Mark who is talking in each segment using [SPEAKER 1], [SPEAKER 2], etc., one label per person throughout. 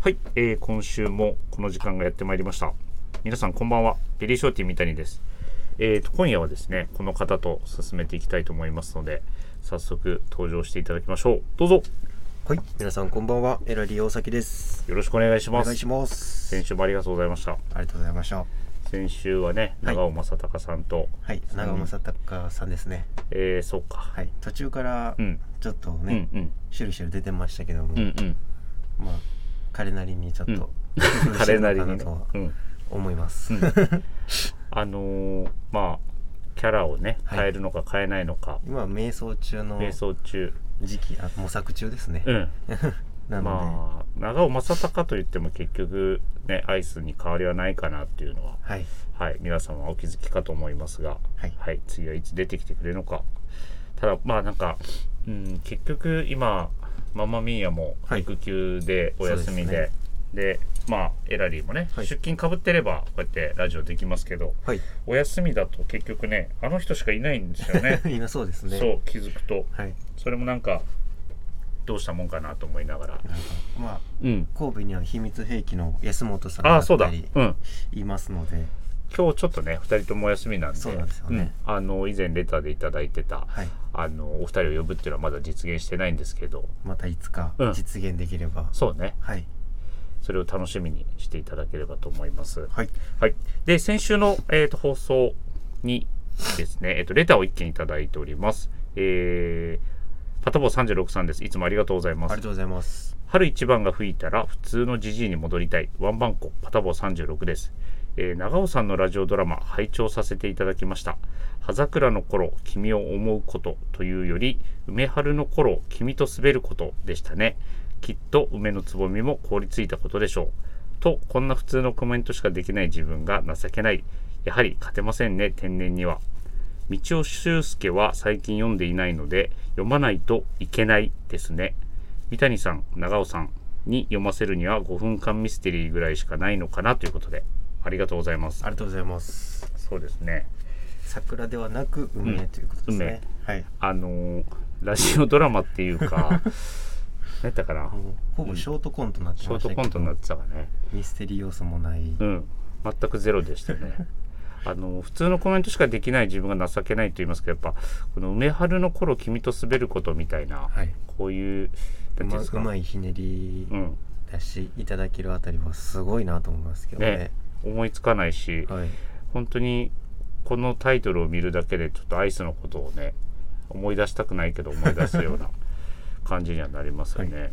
[SPEAKER 1] はい、えー今週もこの時間がやってまいりました。皆さんこんばんは、ペリーショーティー三谷です。えーと、今夜はですね、この方と進めていきたいと思いますので、早速登場していただきましょう。どうぞ、
[SPEAKER 2] はい、皆さんこんばんは、エラリー大崎です。
[SPEAKER 1] よろしくお願いし
[SPEAKER 2] お
[SPEAKER 1] ます。
[SPEAKER 2] 願いします。
[SPEAKER 1] 先週もありがとうございました。
[SPEAKER 2] ありがとうございました。
[SPEAKER 1] 先週はね、
[SPEAKER 2] はい
[SPEAKER 1] 長尾正隆さんと、
[SPEAKER 2] はい、長尾正隆さんですね。
[SPEAKER 1] えー、そうか。
[SPEAKER 2] はい、途中から
[SPEAKER 1] うん、
[SPEAKER 2] ちょっと
[SPEAKER 1] うん
[SPEAKER 2] ね、、
[SPEAKER 1] うん、
[SPEAKER 2] シュルシュル出てましたけども、
[SPEAKER 1] うん、うん。
[SPEAKER 2] まあ彼なりにちょっと工夫し
[SPEAKER 1] 彼
[SPEAKER 2] てる
[SPEAKER 1] な
[SPEAKER 2] の
[SPEAKER 1] り
[SPEAKER 2] か
[SPEAKER 1] に
[SPEAKER 2] な
[SPEAKER 1] ね
[SPEAKER 2] とは。
[SPEAKER 1] うん
[SPEAKER 2] 思います。
[SPEAKER 1] あのーまあ、キャラをね、
[SPEAKER 2] はい
[SPEAKER 1] 変えるのか変えないのか、
[SPEAKER 2] 今瞑想中の
[SPEAKER 1] 瞑想中。
[SPEAKER 2] 時期、あ模索中ですね。
[SPEAKER 1] うん。
[SPEAKER 2] なの
[SPEAKER 1] まあ、長尾正隆といっても結局、ね、アイスに変わりはないかなっていうのは、
[SPEAKER 2] で、はい、
[SPEAKER 1] はい、皆様お気づきかと思いますが、
[SPEAKER 2] はい
[SPEAKER 1] 次はいつ出てきてくれるのか。ただ、まあなんか、うん、結局今、ママミーヤも
[SPEAKER 2] はい
[SPEAKER 1] 育休でお休みで、
[SPEAKER 2] そうです
[SPEAKER 1] で、まあ、エラリーもね、
[SPEAKER 2] はい
[SPEAKER 1] 出勤かぶってれば、こうやってラジオできますけど、
[SPEAKER 2] はい、。
[SPEAKER 1] お休みだと結局ね、あの人しかいないんですよね
[SPEAKER 2] 今そうです ね。
[SPEAKER 1] そう、気づくと。
[SPEAKER 2] はい、
[SPEAKER 1] それもなんか、どうしたもんかなと思いながら。
[SPEAKER 2] なんかまあ
[SPEAKER 1] うん。
[SPEAKER 2] 神戸には秘密兵器の安本さん
[SPEAKER 1] あ
[SPEAKER 2] が
[SPEAKER 1] あ、そうだ。う
[SPEAKER 2] った
[SPEAKER 1] ん。
[SPEAKER 2] り
[SPEAKER 1] 今
[SPEAKER 2] いますので、
[SPEAKER 1] 日ちょっとね、二人ともお休みなんで。
[SPEAKER 2] そうなんですよね
[SPEAKER 1] うんあの、以前レターでいただいてた、
[SPEAKER 2] はい。
[SPEAKER 1] あの、お二人を呼ぶっていうのはまだ実現してないんですけど、
[SPEAKER 2] またいつか
[SPEAKER 1] うん
[SPEAKER 2] 実現できれば、
[SPEAKER 1] そうね。
[SPEAKER 2] はい
[SPEAKER 1] それを楽しみにしていただければと思います。
[SPEAKER 2] はい
[SPEAKER 1] はい。で、先週の、えー、と放送にですね、えっ、と、レターを一件いただいております。えー、パタボー36さんです。いつもありがとうござい
[SPEAKER 2] あ
[SPEAKER 1] ま
[SPEAKER 2] りが
[SPEAKER 1] す
[SPEAKER 2] と。うございます
[SPEAKER 1] 春一番が吹いたら普通のジジイに戻りたいワンバンコパタボ36です、えー長尾さんのラジオドラマ拝聴させていただきました葉桜の頃君を思うことというより梅春の頃君と滑ることでしたねきっと梅のつぼみも凍りついたことでしょうとこんな普通のコメントしかできない自分が情けないやはり勝てませんね天然には道尾修介は最近読んでいないので読まないといけないですね三谷さん長尾さんに読ませるには5分間ミステリーぐらいしかないのかなということでありがとうございます
[SPEAKER 2] ありがとうございます
[SPEAKER 1] そうですね
[SPEAKER 2] 桜ではなく梅、
[SPEAKER 1] うん
[SPEAKER 2] ということですねはい
[SPEAKER 1] あのーラジオドラマっていう か何やったかな
[SPEAKER 2] もうほぼショートコントになって
[SPEAKER 1] ショ
[SPEAKER 2] ま
[SPEAKER 1] ー
[SPEAKER 2] し
[SPEAKER 1] ト
[SPEAKER 2] たけど、
[SPEAKER 1] コントになってたからね
[SPEAKER 2] ミステリー要素もない、
[SPEAKER 1] うん全くゼロでしたねあのー普通のコメントしかできない自分が情けないと言いますけどやっぱこの梅春の頃君と滑ることみたいな、
[SPEAKER 2] はい
[SPEAKER 1] こういうな
[SPEAKER 2] う
[SPEAKER 1] んていうん
[SPEAKER 2] ま
[SPEAKER 1] です
[SPEAKER 2] う
[SPEAKER 1] か
[SPEAKER 2] まいひねり
[SPEAKER 1] うん、
[SPEAKER 2] 出しいただけるあたりはすごいなと思いますけどね
[SPEAKER 1] ね思いつかないし、
[SPEAKER 2] はい
[SPEAKER 1] 本当にこのタイトルを見るだけでちょっとアイスのことをね思い出したくないけど思い出すよう な感じにはなりますよね。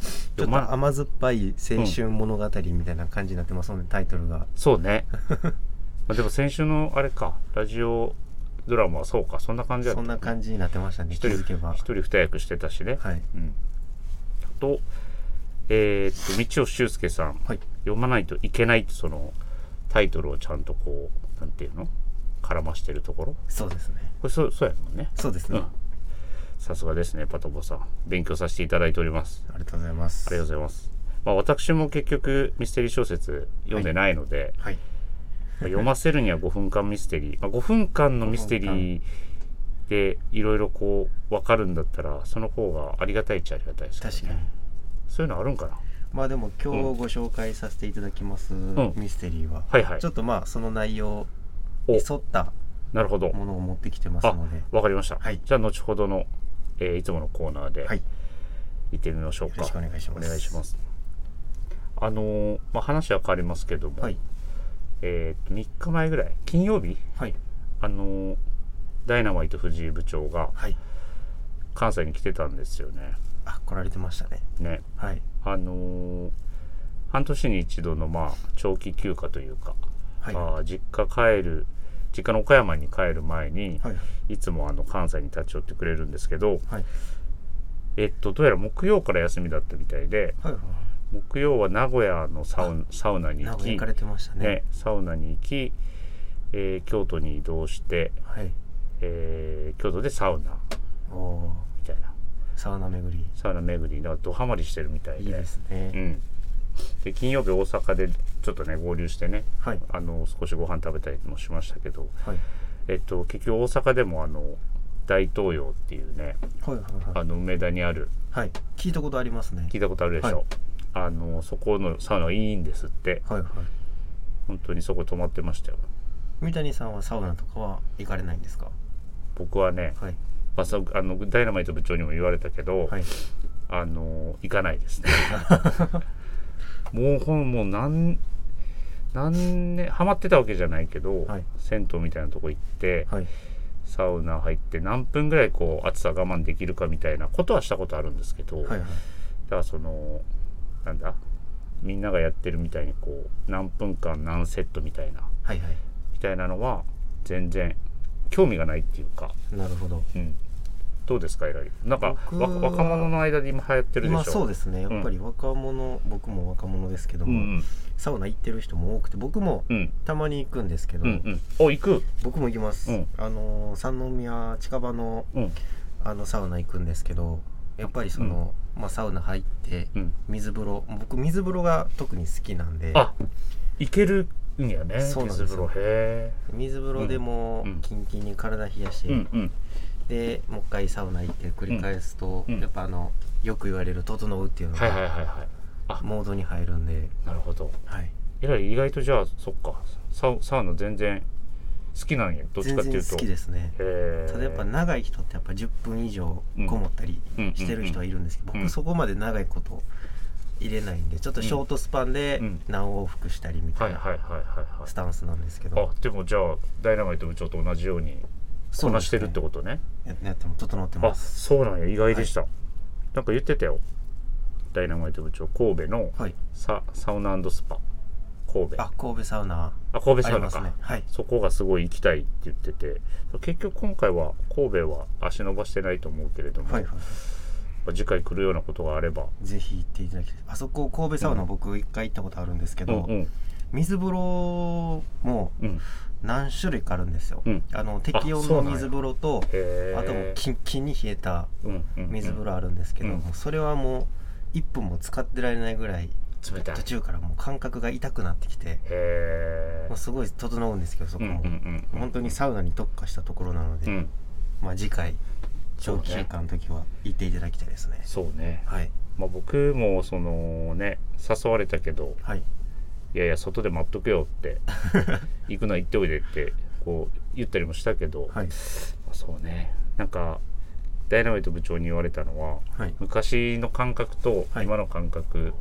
[SPEAKER 2] ちょっ
[SPEAKER 1] 読ま
[SPEAKER 2] と甘酸っぱい青春物語みたいな感じになってますので、タイトルが
[SPEAKER 1] そう ねまあでも先週のあれかラジオドラマはそうかそんな感じだっ
[SPEAKER 2] そ
[SPEAKER 1] た
[SPEAKER 2] んな感じになってましたね
[SPEAKER 1] 一
[SPEAKER 2] 気
[SPEAKER 1] 人
[SPEAKER 2] づけば
[SPEAKER 1] 一人二役してたしね。
[SPEAKER 2] はい
[SPEAKER 1] うん、あとえーっと道尾修介さん
[SPEAKER 2] はい
[SPEAKER 1] 読まないといけないってそのタイトルをちゃんとこうなんていうの絡ましてるところこ
[SPEAKER 2] そうですね
[SPEAKER 1] れそうそうやもんね。
[SPEAKER 2] そうですね、
[SPEAKER 1] うんさすがですね、パトボさん。勉強させていただいております。
[SPEAKER 2] ありがとうございます
[SPEAKER 1] ありがとうございます。まあ、私も結局、ミステリー小説読んでないので、
[SPEAKER 2] はい
[SPEAKER 1] まあ読ませるには5分間ミステリー。まあ、5分間のミステリーでいろいろこう、わかるんだったら、その方がありがたいっちゃありがたいですけどね
[SPEAKER 2] 確かに
[SPEAKER 1] そういうのあるんかな
[SPEAKER 2] まあでも今日ご紹介させていただきます
[SPEAKER 1] ん
[SPEAKER 2] ミステリーは、
[SPEAKER 1] はいはい
[SPEAKER 2] ちょ。っとまあその内容
[SPEAKER 1] お
[SPEAKER 2] に沿った
[SPEAKER 1] なるほど。
[SPEAKER 2] ものを持ってきてます
[SPEAKER 1] あ
[SPEAKER 2] ので、
[SPEAKER 1] わかりました。
[SPEAKER 2] はい
[SPEAKER 1] じゃあ、後ほどの、えーいつものコーナーで、
[SPEAKER 2] はい、
[SPEAKER 1] 行ってみましょう
[SPEAKER 2] よ
[SPEAKER 1] か。
[SPEAKER 2] ろしくお願いします。
[SPEAKER 1] お願いします。あのーまあ、話は変わりますけども、
[SPEAKER 2] はい
[SPEAKER 1] えーと3日前ぐらい金曜日
[SPEAKER 2] はい
[SPEAKER 1] あのーダイナマイト藤井部長が
[SPEAKER 2] はい。
[SPEAKER 1] 関西に来てたんですよね。
[SPEAKER 2] あ来られてましたね。
[SPEAKER 1] ね
[SPEAKER 2] はい
[SPEAKER 1] あのー半年に一度のまあ長期休暇というか、
[SPEAKER 2] はい
[SPEAKER 1] あー実家帰る実家の岡山に帰る前に、
[SPEAKER 2] はい
[SPEAKER 1] い、つもあの関西に立ち寄ってくれるんですけど、
[SPEAKER 2] はい
[SPEAKER 1] えっと、どうやら木曜から休みだったみたいで
[SPEAKER 2] はいは
[SPEAKER 1] 木曜は名古屋のサウンサウナ
[SPEAKER 2] い。
[SPEAKER 1] に
[SPEAKER 2] 名
[SPEAKER 1] 行
[SPEAKER 2] 古屋
[SPEAKER 1] き
[SPEAKER 2] 行かれてましたね。
[SPEAKER 1] ね、サウナに行き、えー京都に移動して、
[SPEAKER 2] はい。
[SPEAKER 1] えー京都でサウナ
[SPEAKER 2] おお
[SPEAKER 1] みたいな
[SPEAKER 2] サウナ巡り
[SPEAKER 1] サウナ巡りにドハマりしてるみたいで
[SPEAKER 2] いいですね。
[SPEAKER 1] うん、で金曜日大阪でちょっとね合流してね
[SPEAKER 2] はい
[SPEAKER 1] あの少しご飯食べたりもしましたけど、
[SPEAKER 2] はい
[SPEAKER 1] えっと、結局大阪でもあの大東洋っていうね
[SPEAKER 2] はいはいは
[SPEAKER 1] あ
[SPEAKER 2] い。
[SPEAKER 1] の梅田にある
[SPEAKER 2] はい聞いたことありますね。
[SPEAKER 1] 聞いたことあるでしょ、
[SPEAKER 2] はい
[SPEAKER 1] あのそこのサウナいいんですって
[SPEAKER 2] はいはい
[SPEAKER 1] 本当にそこ泊まってましたよ
[SPEAKER 2] 三谷さんはサウナとかは行かれないんですか
[SPEAKER 1] 僕はね、
[SPEAKER 2] はい
[SPEAKER 1] まあ、そうあのダイナマイト部長にも言われたけど、
[SPEAKER 2] はい
[SPEAKER 1] あの行かない ですねもうほんもう何何年ハマってたわけじゃないけど、
[SPEAKER 2] はい
[SPEAKER 1] 銭湯みたいなとこ行って、
[SPEAKER 2] はい
[SPEAKER 1] サウナ入って何分ぐらいこう暑さ我慢できるかみたいなことはしたことあるんですけど、
[SPEAKER 2] はいはい
[SPEAKER 1] だからそのなんだみんながやってるみたいにこう何分間何セットみたいな
[SPEAKER 2] はいは
[SPEAKER 1] みたいなのは全然興味がないっていうか、
[SPEAKER 2] いなるほど
[SPEAKER 1] うん、どうですかえらりなんか
[SPEAKER 2] 僕
[SPEAKER 1] わ
[SPEAKER 2] は
[SPEAKER 1] 若者の間で今流行ってるでしょ
[SPEAKER 2] 今そう
[SPEAKER 1] で
[SPEAKER 2] ですねやっぱり若者、僕も若者ですけど
[SPEAKER 1] う
[SPEAKER 2] も、
[SPEAKER 1] ん
[SPEAKER 2] サウナ行ってる人も多くて僕も
[SPEAKER 1] うんうん
[SPEAKER 2] たまに行くんですけど、
[SPEAKER 1] うんうんお行く
[SPEAKER 2] 僕も行きます、
[SPEAKER 1] うん
[SPEAKER 2] あのー三宮近場の
[SPEAKER 1] うん
[SPEAKER 2] あのサウナ行くんですけどやっぱりその、まあ、サウナ入って
[SPEAKER 1] うん
[SPEAKER 2] 水風呂僕水風呂が特に好きなんで
[SPEAKER 1] あ行けるんやね
[SPEAKER 2] そうなんです
[SPEAKER 1] 水風
[SPEAKER 2] よ
[SPEAKER 1] 呂へ
[SPEAKER 2] 水風呂でも
[SPEAKER 1] うん
[SPEAKER 2] キンキンに体冷やして、
[SPEAKER 1] えうんうん
[SPEAKER 2] でもう一回サウナ行って繰り返すと、
[SPEAKER 1] うんうん
[SPEAKER 2] やっぱあのよく言われる「整う」っていうの
[SPEAKER 1] はいはい
[SPEAKER 2] が
[SPEAKER 1] はいはいあ
[SPEAKER 2] モードに入るんで、
[SPEAKER 1] なるほど
[SPEAKER 2] はい、
[SPEAKER 1] えらり意外とじゃあそっかサウサウナ全然好きなんやどっち
[SPEAKER 2] 全
[SPEAKER 1] かっていう
[SPEAKER 2] 然
[SPEAKER 1] と
[SPEAKER 2] 好きですね
[SPEAKER 1] へえ
[SPEAKER 2] ただやっぱ長い人ってやっぱ10分以上こもったり
[SPEAKER 1] うん
[SPEAKER 2] してる人はいるんですけど、
[SPEAKER 1] うん
[SPEAKER 2] 僕そこまで長いこと入れないんでちょっとショートスパンで
[SPEAKER 1] うん
[SPEAKER 2] 何往復したりみた
[SPEAKER 1] はい
[SPEAKER 2] い
[SPEAKER 1] はいは
[SPEAKER 2] ない
[SPEAKER 1] はいはい
[SPEAKER 2] スタンスなんですけど、
[SPEAKER 1] あでもじゃあダイナマイト部長と同じように
[SPEAKER 2] そ
[SPEAKER 1] こ
[SPEAKER 2] う
[SPEAKER 1] な
[SPEAKER 2] で
[SPEAKER 1] し
[SPEAKER 2] す
[SPEAKER 1] て
[SPEAKER 2] ね
[SPEAKER 1] るってことね
[SPEAKER 2] ややっても整って
[SPEAKER 1] あ
[SPEAKER 2] ます
[SPEAKER 1] そうなんや意外でした、なんか言ってたよダイナマイト部長神戸の
[SPEAKER 2] はい
[SPEAKER 1] ササウナスパ神戸あ
[SPEAKER 2] あ神戸サウナ
[SPEAKER 1] 神戸サ
[SPEAKER 2] あり
[SPEAKER 1] ウナ
[SPEAKER 2] ます
[SPEAKER 1] か、
[SPEAKER 2] ねはい
[SPEAKER 1] そこがすごい行きたいって言ってて結局今回は神戸は足伸ばしてないと思うけれども、
[SPEAKER 2] はいは
[SPEAKER 1] まあ次回来るようなことがあれば
[SPEAKER 2] いぜひ行っていただきたいあそこ神戸サウナ僕一回行ったことあるんですけ
[SPEAKER 1] う
[SPEAKER 2] ど、
[SPEAKER 1] んうん
[SPEAKER 2] 水風呂も
[SPEAKER 1] うん
[SPEAKER 2] 何種類かあるんですよ、
[SPEAKER 1] うん
[SPEAKER 2] あの適温
[SPEAKER 1] そうなん
[SPEAKER 2] の
[SPEAKER 1] や
[SPEAKER 2] 水風呂と
[SPEAKER 1] へー
[SPEAKER 2] あともうキンキンに冷えた
[SPEAKER 1] うんうんうん
[SPEAKER 2] 水風呂あるんですけど、
[SPEAKER 1] うん
[SPEAKER 2] もうそれはもう1分も使ってられないぐらい
[SPEAKER 1] 冷たい
[SPEAKER 2] 途中からもう感覚が痛くなってきて
[SPEAKER 1] へ
[SPEAKER 2] もうすごい整うんですけどそこ
[SPEAKER 1] え
[SPEAKER 2] も、本当にサウナに特化したところなので、
[SPEAKER 1] うん
[SPEAKER 2] まあ、次回長期休暇の時は行っていただきたいですね
[SPEAKER 1] そうね、
[SPEAKER 2] はい
[SPEAKER 1] まあ、僕もそのね誘われたけど
[SPEAKER 2] はい
[SPEAKER 1] いやいや外で待っとけよって 行くのは行っておいでってこう言ったりもしたけど、
[SPEAKER 2] はい
[SPEAKER 1] まあそうねなんかダイナマイト部長に言われたのは
[SPEAKER 2] はい
[SPEAKER 1] 昔の感覚と
[SPEAKER 2] はい
[SPEAKER 1] 今の感覚、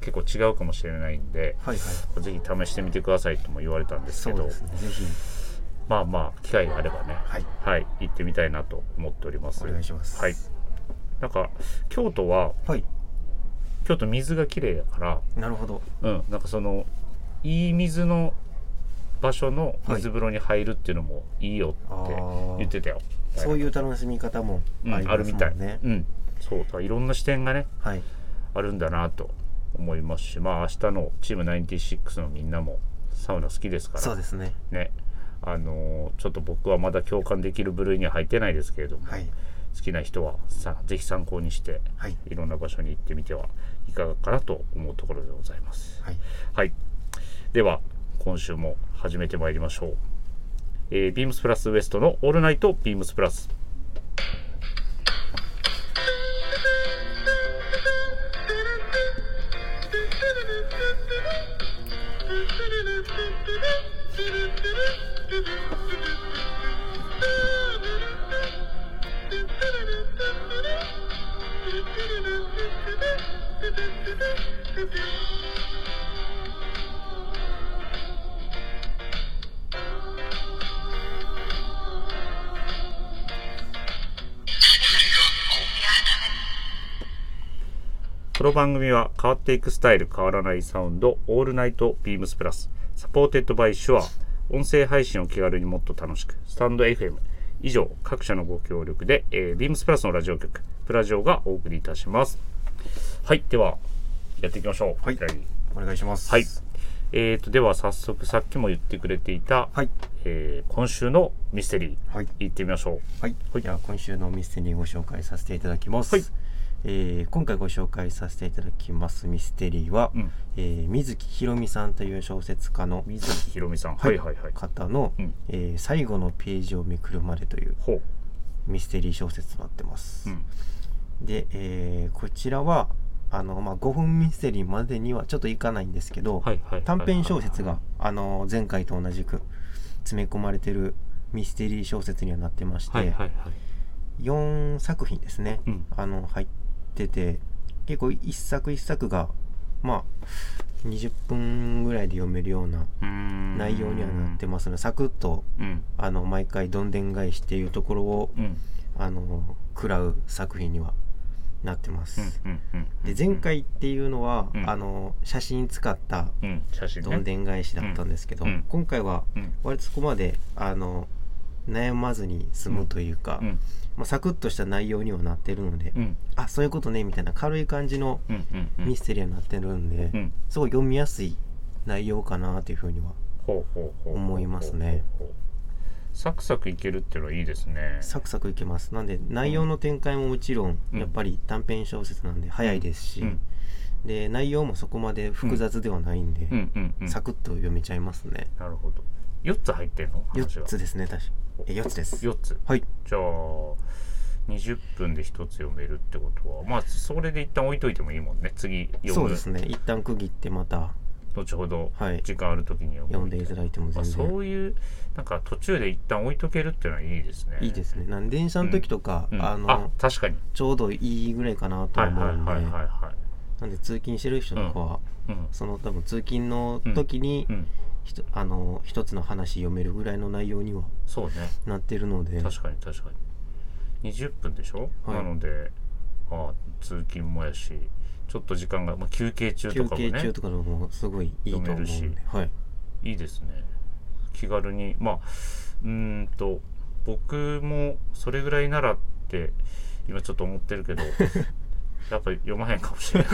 [SPEAKER 1] 結構違うかもしれないんで
[SPEAKER 2] はいはい
[SPEAKER 1] ぜひ試してみてくださいとも言われたんです
[SPEAKER 2] そ
[SPEAKER 1] け
[SPEAKER 2] う
[SPEAKER 1] ど、
[SPEAKER 2] ですねぜひ
[SPEAKER 1] まあまあ機会があればね
[SPEAKER 2] はい
[SPEAKER 1] はい行ってみたいなと思っております
[SPEAKER 2] お願いします
[SPEAKER 1] はいなんか京都は
[SPEAKER 2] はい
[SPEAKER 1] 京都水が綺麗だから
[SPEAKER 2] なるほど
[SPEAKER 1] うん、なんかそのいい水の場所の水風呂に入るっていうのもいいよって
[SPEAKER 2] はい
[SPEAKER 1] 言ってたよ、
[SPEAKER 2] そういうう楽しみ方も
[SPEAKER 1] ん、
[SPEAKER 2] あり
[SPEAKER 1] あ
[SPEAKER 2] ま
[SPEAKER 1] る
[SPEAKER 2] す
[SPEAKER 1] み
[SPEAKER 2] も
[SPEAKER 1] たい、
[SPEAKER 2] んね、
[SPEAKER 1] うん、そうだからいろんな視点がね
[SPEAKER 2] はい
[SPEAKER 1] あるんだなと思いますしまあ明日のチーム96のみんなもサウナ好きですから
[SPEAKER 2] そうですね
[SPEAKER 1] ねあのーちょっと僕はまだ共感できる部類には入ってないですけれども、
[SPEAKER 2] はい
[SPEAKER 1] 好きな人はさぜひ参考にして
[SPEAKER 2] はい
[SPEAKER 1] いろんな場所に行ってみてはいかがかなと思うところでございます。
[SPEAKER 2] はい
[SPEAKER 1] はい。では、今週も始めてまいりましょう。えービームスプラスウエストのオールナイトビームスプラス。
[SPEAKER 3] Thank you.
[SPEAKER 1] この番組は変わっていくスタイル変わらないサウンドオールナイトビームスプラスサポーテッドバイシュア音声配信を気軽にもっと楽しくスタンド FM 以上各社のご協力で、えービームスプラスのラジオ局プラジオがお送りいたしますはいではやっていきましょう
[SPEAKER 2] はいお願いします
[SPEAKER 1] はいえー、とでは早速さっきも言ってくれていた、
[SPEAKER 2] はい
[SPEAKER 1] えー今週のミステリー、
[SPEAKER 2] はい
[SPEAKER 1] 行ってみましょ
[SPEAKER 2] はい、では今週のミステリーご紹介させていただきます、
[SPEAKER 1] はい
[SPEAKER 2] えー今回ご紹介させていただきますミステリーは、
[SPEAKER 1] うん
[SPEAKER 2] えー水木ひろみさんという小説家の
[SPEAKER 1] う水木ひろみさん、
[SPEAKER 2] は
[SPEAKER 1] はいい、はいはい
[SPEAKER 2] 方の、
[SPEAKER 1] うん
[SPEAKER 2] えー最後のページをめくるまで」という
[SPEAKER 1] ほ
[SPEAKER 2] ミステリー小説となってま
[SPEAKER 1] う、
[SPEAKER 2] す、
[SPEAKER 1] うん、
[SPEAKER 2] で、えーこちらは、あの、まあ、5分ミステリーまでにはちょっといかないんですけど、
[SPEAKER 1] はいはいはいはい
[SPEAKER 2] 短編小説が、あの前回と同じく詰め込まれてるミステリー小説にはなってまして、
[SPEAKER 1] はいはいはい
[SPEAKER 2] 4作品ですね、
[SPEAKER 1] うん
[SPEAKER 2] あの入ってて結構一作一作がまあ20分ぐらいで読めるような
[SPEAKER 1] うーん
[SPEAKER 2] 内容にはなってますので、サクッと
[SPEAKER 1] うん
[SPEAKER 2] あの毎回どんでん返しっていうところを、
[SPEAKER 1] うん
[SPEAKER 2] あの食らう作品にはなってます。
[SPEAKER 1] うんうんうん
[SPEAKER 2] で前回っていうのは、
[SPEAKER 1] うん
[SPEAKER 2] あの写真使った
[SPEAKER 1] うん写真ね
[SPEAKER 2] どんでん返しだったんですけど、
[SPEAKER 1] うんうん
[SPEAKER 2] 今回は
[SPEAKER 1] うん
[SPEAKER 2] 割とそこまであの悩まずに済むというか、
[SPEAKER 1] うん
[SPEAKER 2] まあ、サクッとした内容にはなってるので、
[SPEAKER 1] うん
[SPEAKER 2] あそういうことねみたいな軽い感じの
[SPEAKER 1] うんうんうん
[SPEAKER 2] ミステリーになってるんで、
[SPEAKER 1] うん
[SPEAKER 2] すごい読みやすい内容かなというふうには
[SPEAKER 1] ほうほうほう
[SPEAKER 2] 思いますね
[SPEAKER 1] ほうほうほうサクサクいけるっていうのはいいですね
[SPEAKER 2] サクサクいけますなんで内容の展開ももちろん
[SPEAKER 1] うん
[SPEAKER 2] やっぱり短編小説なんで早いですし、
[SPEAKER 1] うん
[SPEAKER 2] で内容もそこまで複雑ではないんで、
[SPEAKER 1] うんうんうん
[SPEAKER 2] サクッと読めちゃいますね、
[SPEAKER 1] なるほど四つ入ってんの
[SPEAKER 2] 四
[SPEAKER 1] 話が
[SPEAKER 2] 4つですね確かえ4つです
[SPEAKER 1] 四つ
[SPEAKER 2] はい
[SPEAKER 1] じゃあ20分で一つ読めるってことはまあそれで一旦置いといてもいいもんね次
[SPEAKER 2] そう
[SPEAKER 1] 読む
[SPEAKER 2] ですね一旦区切ってまた
[SPEAKER 1] 後ほど
[SPEAKER 2] はい
[SPEAKER 1] 時間ある時に読む
[SPEAKER 2] 読んでいただいても
[SPEAKER 1] ま
[SPEAKER 2] 全
[SPEAKER 1] あ、そ
[SPEAKER 2] 然
[SPEAKER 1] ういうなんか途中で一旦置いとけるっていうのはいいですね、
[SPEAKER 2] いいですすねなんで電車の時とか、
[SPEAKER 1] うん、
[SPEAKER 2] あ
[SPEAKER 1] あ
[SPEAKER 2] の
[SPEAKER 1] 確かに
[SPEAKER 2] ちょうどいいぐらいかなと
[SPEAKER 1] はい
[SPEAKER 2] 思
[SPEAKER 1] はいは
[SPEAKER 2] う
[SPEAKER 1] い
[SPEAKER 2] んで、
[SPEAKER 1] はいは
[SPEAKER 2] なんで通勤してる人とかは、
[SPEAKER 1] いうん
[SPEAKER 2] その多分通勤の時に、
[SPEAKER 1] うん
[SPEAKER 2] ひとあの一つの話読めるぐらいの内容には
[SPEAKER 1] そうね
[SPEAKER 2] なってるので
[SPEAKER 1] 確かに確かに20分でしょ、
[SPEAKER 2] はい
[SPEAKER 1] なのでああ通勤もやしちょっと時間が、まあ、休憩中と
[SPEAKER 2] 休
[SPEAKER 1] かも
[SPEAKER 2] 憩
[SPEAKER 1] ね
[SPEAKER 2] 中とかでもすごいいいと思うん
[SPEAKER 1] 読める
[SPEAKER 2] で、はい、
[SPEAKER 1] いいですね気軽にまあうーんと僕もそれぐらいならって今ちょっと思ってる けどやっぱり読まへんかもしれない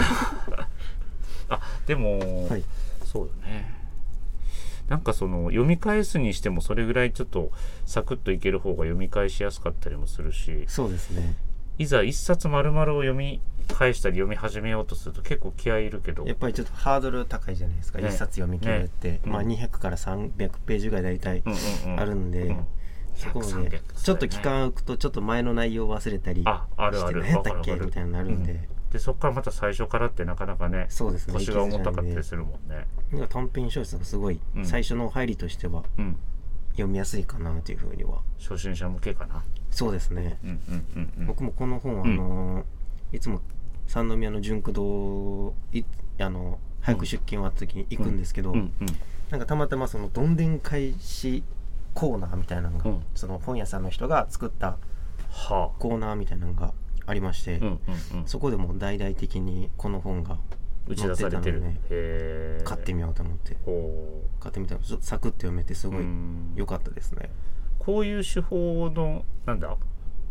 [SPEAKER 1] あでも、
[SPEAKER 2] はい
[SPEAKER 1] そうだねなんかその読み返すにしてもそれぐらいちょっとサクッといける方が読み返しやすかったりもするし
[SPEAKER 2] そうですね
[SPEAKER 1] いざ一冊丸々を読み返したり読み始めようとすると結構気合いいるけど
[SPEAKER 2] やっぱりちょっとハードル高いじゃないですか、
[SPEAKER 1] ね
[SPEAKER 2] 一冊読み切るって、
[SPEAKER 1] うん
[SPEAKER 2] まあ、200から300ページぐらい大体
[SPEAKER 1] うんうんうん
[SPEAKER 2] あるんで、
[SPEAKER 1] うん
[SPEAKER 2] そこ
[SPEAKER 1] 100 300
[SPEAKER 2] までちょっと期間空くとちょっと前の内容忘れたり
[SPEAKER 1] ああるあ
[SPEAKER 2] して
[SPEAKER 1] る
[SPEAKER 2] 何やったっ
[SPEAKER 1] わか
[SPEAKER 2] け
[SPEAKER 1] るわかる
[SPEAKER 2] みたいになるんで、
[SPEAKER 1] うんでそこからまた最初からってなかなかね
[SPEAKER 2] そうですね
[SPEAKER 1] 腰が重たかった
[SPEAKER 2] いけづらいんで
[SPEAKER 1] りするもんね
[SPEAKER 2] 今短編小説がすごい、
[SPEAKER 1] うん
[SPEAKER 2] 最初の入りとしては
[SPEAKER 1] うん
[SPEAKER 2] 読みやすいかなというふうには
[SPEAKER 1] 初心者向けかな
[SPEAKER 2] そうですね、
[SPEAKER 1] うんうんうん
[SPEAKER 2] 僕もこの本は、
[SPEAKER 1] うん
[SPEAKER 2] あのいつも三宮の純駆堂いあの早く出勤終わった時に行くんですけど、
[SPEAKER 1] うんうん
[SPEAKER 2] なんかたまたまそのどんでん返しコーナーみたいなのが、
[SPEAKER 1] うん
[SPEAKER 2] その本屋さんの人が作った
[SPEAKER 1] はあ
[SPEAKER 2] コーナーみたいなのがありまして、
[SPEAKER 1] うんうんうん
[SPEAKER 2] そこでもう大々的にこの本が
[SPEAKER 1] 打ち出されてる
[SPEAKER 2] 載ってたので
[SPEAKER 1] へえ
[SPEAKER 2] 買ってみようと思って
[SPEAKER 1] ほ
[SPEAKER 2] 買ってみたらそサクッと読めてす
[SPEAKER 1] う
[SPEAKER 2] ごい
[SPEAKER 1] うん
[SPEAKER 2] 良かったですね、
[SPEAKER 1] こういう手法のなんだ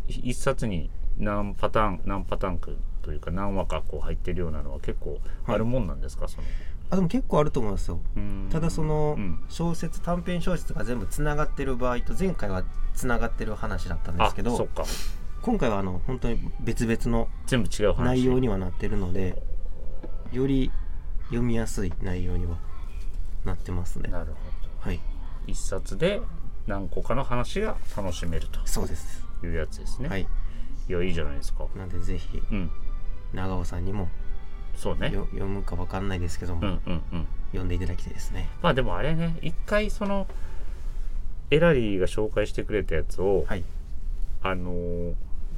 [SPEAKER 1] い一冊に何パターン何パターンくというか何話かこう入ってるようなのは結構あるもんなんですか、その
[SPEAKER 2] あでも結構あると思いますよ
[SPEAKER 1] うん
[SPEAKER 2] ただその
[SPEAKER 1] うん
[SPEAKER 2] 小説短編小説が全部つながってる場合と前回はつながってる話だったんで
[SPEAKER 1] あ
[SPEAKER 2] すけ
[SPEAKER 1] そっ
[SPEAKER 2] ど
[SPEAKER 1] か
[SPEAKER 2] 今回はあの本当に別々の
[SPEAKER 1] 全部違う話
[SPEAKER 2] 内容にはなってるのでより読みやすい内容にはなってますね
[SPEAKER 1] なるほど
[SPEAKER 2] はい
[SPEAKER 1] 一冊で何個かの話が楽しめると
[SPEAKER 2] そうです、
[SPEAKER 1] いうやつですね。、
[SPEAKER 2] はいい
[SPEAKER 1] やいいじゃないですか。
[SPEAKER 2] なんでぜひ
[SPEAKER 1] うん、
[SPEAKER 2] 長尾さんにも
[SPEAKER 1] そうね。
[SPEAKER 2] よ読むかわかんないですけども、
[SPEAKER 1] うんうんうん。
[SPEAKER 2] 読んでいただきたいですね
[SPEAKER 1] まあでもあれね、一回そのエラリーが紹介してくれたやつを、
[SPEAKER 2] はい
[SPEAKER 1] あのー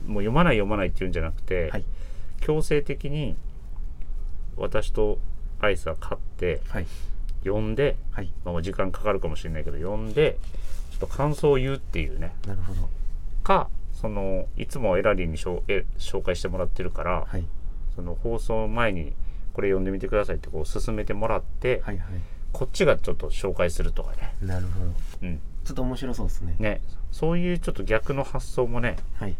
[SPEAKER 1] もう読まない読まないっていうんじゃなくて、
[SPEAKER 2] はい
[SPEAKER 1] 強制的に私とアイスは買って
[SPEAKER 2] はい
[SPEAKER 1] 読んで、
[SPEAKER 2] はい
[SPEAKER 1] まあ、お時間かかるかもしれないけど読んでちょっと感想を言うっていうね
[SPEAKER 2] なるほど
[SPEAKER 1] かそのいつもエラリーにしょうえ紹介してもらってるから、
[SPEAKER 2] はい
[SPEAKER 1] その放送前にこれ読んでみてくださいってこう勧めてもらって、
[SPEAKER 2] はいは
[SPEAKER 1] こっちがちょっと紹介するとかね,、
[SPEAKER 2] いなるほど
[SPEAKER 1] うん、
[SPEAKER 2] ちょっと面白そうですね
[SPEAKER 1] ねそういうちょっと逆の発想もね、
[SPEAKER 2] はい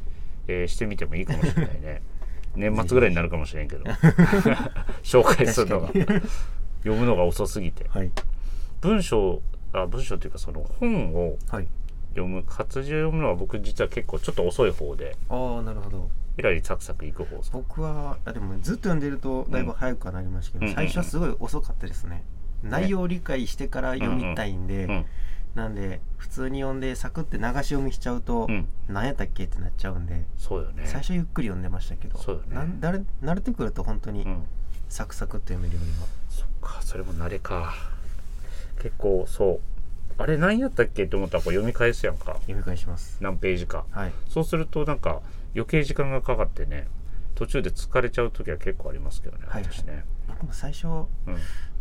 [SPEAKER 1] えーしてみてもいいかもしれない ね年末ぐらいになるかもしれんけど 紹介するのが
[SPEAKER 2] 確かに
[SPEAKER 1] 読むのが遅すぎて
[SPEAKER 2] はい
[SPEAKER 1] 文章あ文章というかその本を
[SPEAKER 2] はい
[SPEAKER 1] 読む活字を読むのは僕実は結構ちょっと遅い方で
[SPEAKER 2] ああなるほど
[SPEAKER 1] エラリーサクサクいく方です
[SPEAKER 2] 僕はあでもずっと読んでるとだいぶ早くはなりましたけど、
[SPEAKER 1] うん
[SPEAKER 2] 最初はすごい遅かったですね、内容を理解してから読みたいんで、
[SPEAKER 1] うん
[SPEAKER 2] なんで普通に読んでサクって流し読みしちゃうと、
[SPEAKER 1] うん
[SPEAKER 2] 何やったっけってなっちゃうんで
[SPEAKER 1] そうよね
[SPEAKER 2] 最初ゆっくり読んでましたけど
[SPEAKER 1] そうよね
[SPEAKER 2] なんだれ慣れてくると本当に
[SPEAKER 1] うん
[SPEAKER 2] サクサクっと読めるようには、
[SPEAKER 1] そっかそれも慣れか結構そうあれ何やったっけって思ったらこう読み返すやんか
[SPEAKER 2] 読み返します
[SPEAKER 1] 何ページか
[SPEAKER 2] はい
[SPEAKER 1] そうするとなんか余計時間がかかってね途中で疲れちゃう時は結構ありますけどね
[SPEAKER 2] はいはい
[SPEAKER 1] 私ね、
[SPEAKER 2] 僕も最初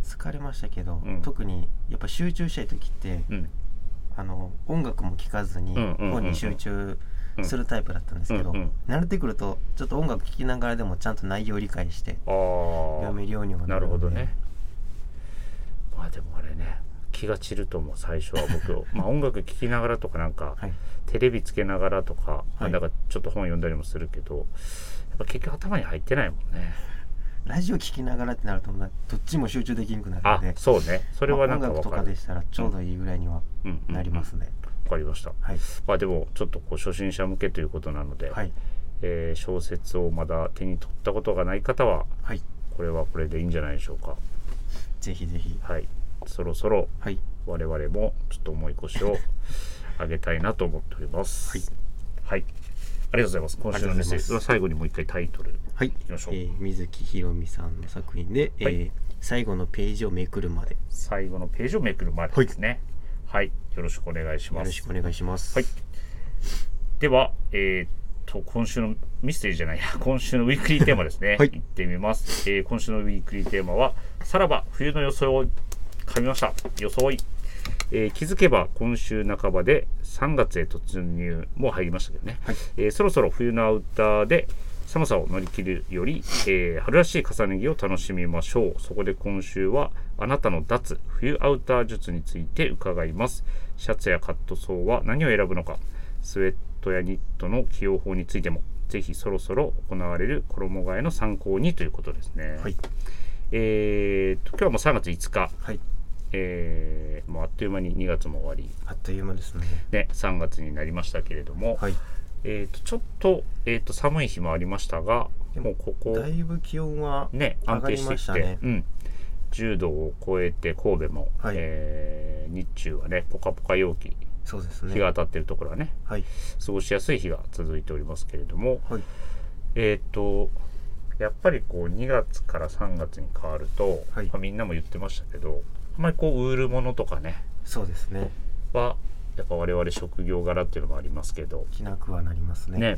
[SPEAKER 2] 疲れましたけど、
[SPEAKER 1] うん
[SPEAKER 2] 特にやっぱ集中したい時って、
[SPEAKER 1] うんうん
[SPEAKER 2] あの音楽も聴かずに
[SPEAKER 1] うんうんうんうん
[SPEAKER 2] 本に集中するタイプだったんですけど、
[SPEAKER 1] うんうん
[SPEAKER 2] 慣れてくるとちょっと音楽聴きながらでもちゃんと内容を理解して
[SPEAKER 1] あ
[SPEAKER 2] 読め
[SPEAKER 1] ー
[SPEAKER 2] るようには
[SPEAKER 1] な
[SPEAKER 2] な
[SPEAKER 1] る
[SPEAKER 2] る
[SPEAKER 1] ほ
[SPEAKER 2] ので
[SPEAKER 1] どねまあでもあれね気が散ると思う最初は 僕まあ音楽聴きながらとかなんか、
[SPEAKER 2] はい
[SPEAKER 1] テレビつけながらとか、
[SPEAKER 2] はい
[SPEAKER 1] なんかちょっと本読んだりもするけどやっぱ結局頭に入ってないもんね
[SPEAKER 2] ラジオ聴きながらってなるとなどっちも集中できなくなる
[SPEAKER 1] あ
[SPEAKER 2] ので
[SPEAKER 1] そうねそれはなんか
[SPEAKER 2] まあ音
[SPEAKER 1] わ
[SPEAKER 2] 楽と
[SPEAKER 1] か
[SPEAKER 2] か
[SPEAKER 1] る
[SPEAKER 2] でしたらちょうどいいぐらいには
[SPEAKER 1] うんうん
[SPEAKER 2] なりますね、
[SPEAKER 1] わかりました
[SPEAKER 2] はい
[SPEAKER 1] まあでもちょっとこう初心者向けということなので、
[SPEAKER 2] はい
[SPEAKER 1] えー小説をまだ手に取ったことがない方は
[SPEAKER 2] はい
[SPEAKER 1] これはこれでいいんじゃないでしょうか
[SPEAKER 2] ぜひぜひ
[SPEAKER 1] はいそろそろ
[SPEAKER 2] はい
[SPEAKER 1] 我々もちょっと重い腰を上げたいなと思っております
[SPEAKER 2] は
[SPEAKER 1] は
[SPEAKER 2] い、
[SPEAKER 1] いありがとうございます今週のメッセージ
[SPEAKER 2] ありがとうござい
[SPEAKER 1] は
[SPEAKER 2] ます
[SPEAKER 1] 最後にもう一回タイトル
[SPEAKER 2] はい
[SPEAKER 1] きましょう
[SPEAKER 2] えー水木ひろみさんの作品で、
[SPEAKER 1] はい
[SPEAKER 2] えー最後のページをめくるまでよ
[SPEAKER 1] 最後のページをめくるまでですねはい、よろしくお願いしま
[SPEAKER 2] ろ
[SPEAKER 1] す
[SPEAKER 2] しくお願いします
[SPEAKER 1] はいでは、えーっと、今週のミステリーじゃないや、 今週のウィークリーテーマですね。
[SPEAKER 2] はい
[SPEAKER 1] 行ってみます、えー今週のウィークリーテーマは、さらば冬の装い、噛みました。装い。えー気づけば今週半ばで3月へ突入も入りましたけどね、
[SPEAKER 2] はい
[SPEAKER 1] えーそろそろ冬のアウターで寒さを乗り切るより、えー春らしい重ね着を楽しみましょうそこで今週はあなたの脱冬アウター術について伺いますシャツやカットソーは何を選ぶのかスウェットやニットの起用法についてもぜひそろそろ行われる衣替えの参考にということですね、
[SPEAKER 2] はい
[SPEAKER 1] えー、と今日はもう3月5日
[SPEAKER 2] はい
[SPEAKER 1] えーもうあっという間に2月も終わり、
[SPEAKER 2] あっという間ですね
[SPEAKER 1] ね、3月になりましたけれども、
[SPEAKER 2] はい
[SPEAKER 1] えー、とちょっと,、えー、と寒い日もありましたが
[SPEAKER 2] で
[SPEAKER 1] も
[SPEAKER 2] も
[SPEAKER 1] うここ
[SPEAKER 2] だいぶ気温は
[SPEAKER 1] ね
[SPEAKER 2] 上
[SPEAKER 1] 安
[SPEAKER 2] が
[SPEAKER 1] 定
[SPEAKER 2] り
[SPEAKER 1] して
[SPEAKER 2] ま
[SPEAKER 1] き、
[SPEAKER 2] してたね
[SPEAKER 1] うん、10度を超えて神戸も、
[SPEAKER 2] はい
[SPEAKER 1] えー日中はねポカポカ陽気
[SPEAKER 2] そうですね
[SPEAKER 1] 日が当たっているところはね
[SPEAKER 2] はい
[SPEAKER 1] 過ごしやすい日が続いておりますけれども
[SPEAKER 2] はい
[SPEAKER 1] えっ、とやっぱりこう2月から3月に変わると、
[SPEAKER 2] はい
[SPEAKER 1] まあみんなも言ってましたけどあんまりこうウールものとかね
[SPEAKER 2] そうですね
[SPEAKER 1] はやっぱ我々職業柄っていうのもありますけど
[SPEAKER 2] 着なくはなりますね
[SPEAKER 1] ね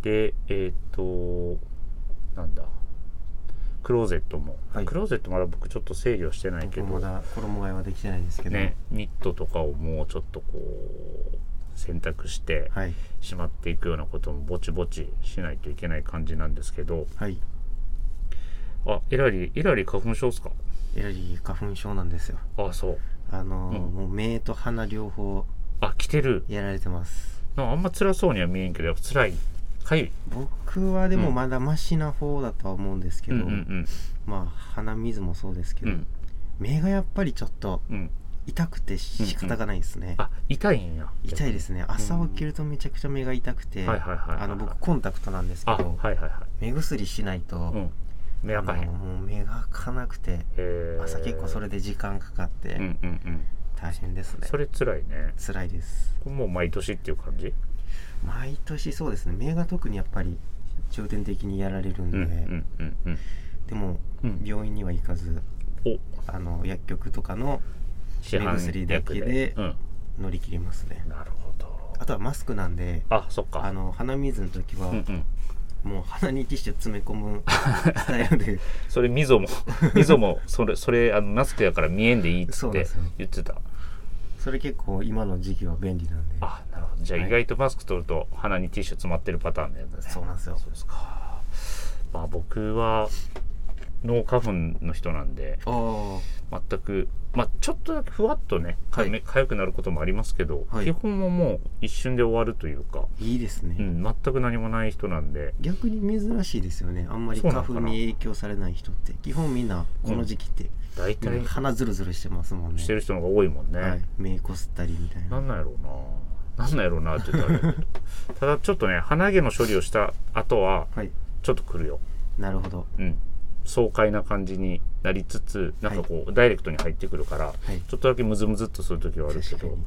[SPEAKER 1] でえーっ、となんだクローゼットも、
[SPEAKER 2] はい
[SPEAKER 1] クローゼットまだ僕ちょっと制御してないけど
[SPEAKER 2] 僕もまだ衣替えはできてないんですけど、
[SPEAKER 1] ねニットとかをもうちょっとこう洗濯して
[SPEAKER 2] はい
[SPEAKER 1] しまっていくようなこともぼちぼちしないといけない感じなんですけど
[SPEAKER 2] はい
[SPEAKER 1] あエラリーエラリー花粉症っすか
[SPEAKER 2] エラリー花粉症なんですよ
[SPEAKER 1] あそう
[SPEAKER 2] あのー
[SPEAKER 1] うん
[SPEAKER 2] もう目と鼻両方
[SPEAKER 1] あ来てる
[SPEAKER 2] やられてます
[SPEAKER 1] なんかあんま辛そうには見えんけどやっぱ辛いかゆい
[SPEAKER 2] 僕はでも
[SPEAKER 1] うん
[SPEAKER 2] まだマシな方だとは思うんですけ
[SPEAKER 1] う
[SPEAKER 2] ど、
[SPEAKER 1] んうん
[SPEAKER 2] まあ鼻水もそうですけ
[SPEAKER 1] うんう
[SPEAKER 2] ど、
[SPEAKER 1] ん
[SPEAKER 2] 目がやっぱりちょっと
[SPEAKER 1] うん
[SPEAKER 2] 痛くて仕方がないですね、
[SPEAKER 1] あ痛いんや
[SPEAKER 2] 痛いですね朝起きるとめちゃくちゃ目が痛くて、
[SPEAKER 1] はいはいはいはい
[SPEAKER 2] あの僕コンタクトなんですけ
[SPEAKER 1] あ
[SPEAKER 2] ど、
[SPEAKER 1] はいはいはい
[SPEAKER 2] 目薬しないと、
[SPEAKER 1] うん目
[SPEAKER 2] あ
[SPEAKER 1] 赤へ
[SPEAKER 2] のもう目が開かなくて
[SPEAKER 1] ん
[SPEAKER 2] 朝結構それ
[SPEAKER 1] で
[SPEAKER 2] で時間かかって
[SPEAKER 1] うんうんうん
[SPEAKER 2] 大変ですね、
[SPEAKER 1] それ辛いね
[SPEAKER 2] 辛いです
[SPEAKER 1] これもう毎年っていう感じ
[SPEAKER 2] 毎年そうですね目が特にやっぱり重点的にやられるん
[SPEAKER 1] う
[SPEAKER 2] で、
[SPEAKER 1] んうんうんうん
[SPEAKER 2] でも
[SPEAKER 1] うん
[SPEAKER 2] 病院には行かず
[SPEAKER 1] お
[SPEAKER 2] あの薬局とかの
[SPEAKER 1] 市販
[SPEAKER 2] 目薬だけで
[SPEAKER 1] 薬うん
[SPEAKER 2] 乗り切りますね
[SPEAKER 1] なるほど
[SPEAKER 2] あとはマスクなんで
[SPEAKER 1] あそっか
[SPEAKER 2] あの鼻水の時は、
[SPEAKER 1] うんうん
[SPEAKER 2] もう鼻にティッシュ詰め込 むスタイルで
[SPEAKER 1] それ溝も 溝もそれそれあのマスクやから見えんでいいっつ
[SPEAKER 2] そう
[SPEAKER 1] っ
[SPEAKER 2] なんで
[SPEAKER 1] て
[SPEAKER 2] すよ
[SPEAKER 1] 言ってた
[SPEAKER 2] それ結構今の時期は便利なんで
[SPEAKER 1] あなるほどじゃあ
[SPEAKER 2] はい
[SPEAKER 1] 意外とマスク取ると鼻にティッシュ詰まってるパターンのやつですね
[SPEAKER 2] そうなんですよ
[SPEAKER 1] そうですかまあ僕は脳花粉の人なんで
[SPEAKER 2] ああは
[SPEAKER 1] 全く、まあ、ちょっとだけふわっとね、か
[SPEAKER 2] はい
[SPEAKER 1] めかゆくなることもありますけど、
[SPEAKER 2] はい
[SPEAKER 1] 基本はもう一瞬で終わるというか、
[SPEAKER 2] いいですね、
[SPEAKER 1] うん、全く何もない人なんで、
[SPEAKER 2] 逆に珍しいですよねあんまり
[SPEAKER 1] そうな
[SPEAKER 2] 花
[SPEAKER 1] のかな
[SPEAKER 2] 粉に影響されない人って基本みんなこの時期って、
[SPEAKER 1] 大
[SPEAKER 2] み
[SPEAKER 1] 体
[SPEAKER 2] んな鼻ズルズルしてますもんね
[SPEAKER 1] してる人の方が多いもんね。
[SPEAKER 2] はい、目こすったりみたいな
[SPEAKER 1] なんなんやろうな。なんなんやろうなって言ったらあ れだけどただちょっとね、鼻毛の処理をした後は、
[SPEAKER 2] はい
[SPEAKER 1] ちょっと来るよ。
[SPEAKER 2] なるほど
[SPEAKER 1] うん。爽快な感じになりつつなんかこう、ダイレクトに入ってくるから、
[SPEAKER 2] い
[SPEAKER 1] ちょっとだけムズムズっとする時はあるけ
[SPEAKER 2] 確か
[SPEAKER 1] ど
[SPEAKER 2] に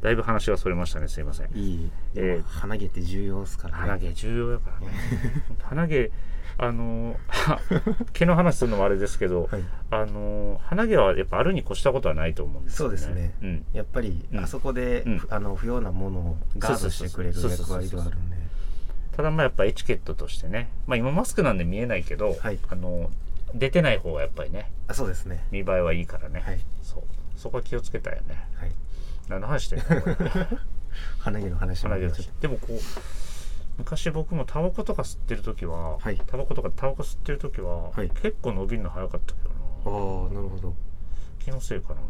[SPEAKER 1] だいぶ話がそれましたねすいません
[SPEAKER 2] いい
[SPEAKER 1] え
[SPEAKER 2] で
[SPEAKER 1] ー
[SPEAKER 2] も鼻毛って重要ですからね
[SPEAKER 1] 鼻毛重要だから ね鼻毛あの は毛の話するのもあれですけど、
[SPEAKER 2] はい
[SPEAKER 1] あの鼻毛はやっぱあるに越したことはないと思うんですよね
[SPEAKER 2] そうですね
[SPEAKER 1] うん、
[SPEAKER 2] やっぱり、
[SPEAKER 1] うん
[SPEAKER 2] あそこで、
[SPEAKER 1] うん
[SPEAKER 2] あの不要なものをガードしてくれる
[SPEAKER 1] そうそう
[SPEAKER 2] 役
[SPEAKER 1] そうそう
[SPEAKER 2] 割ではあるんで
[SPEAKER 1] ただまあやっぱエチケットとしてね、まあ、今マスクなんで見えないけど、
[SPEAKER 2] はい
[SPEAKER 1] あの出てない方がやっぱりね
[SPEAKER 2] あそうですね
[SPEAKER 1] 見栄えはいいからね、
[SPEAKER 2] はい
[SPEAKER 1] そうそこは気をつけたいよね
[SPEAKER 2] はい
[SPEAKER 1] 何の話してんのこれ
[SPEAKER 2] 鼻毛の話も
[SPEAKER 1] 鼻毛の
[SPEAKER 2] ちょっ
[SPEAKER 1] 話
[SPEAKER 2] と
[SPEAKER 1] でもこう昔僕もタバコとか吸ってる時は、
[SPEAKER 2] はい
[SPEAKER 1] タバコとかタバコ吸ってる時は、
[SPEAKER 2] はい
[SPEAKER 1] 結構伸びるの早かったけどな
[SPEAKER 2] ああなるほど
[SPEAKER 1] 気のせいかな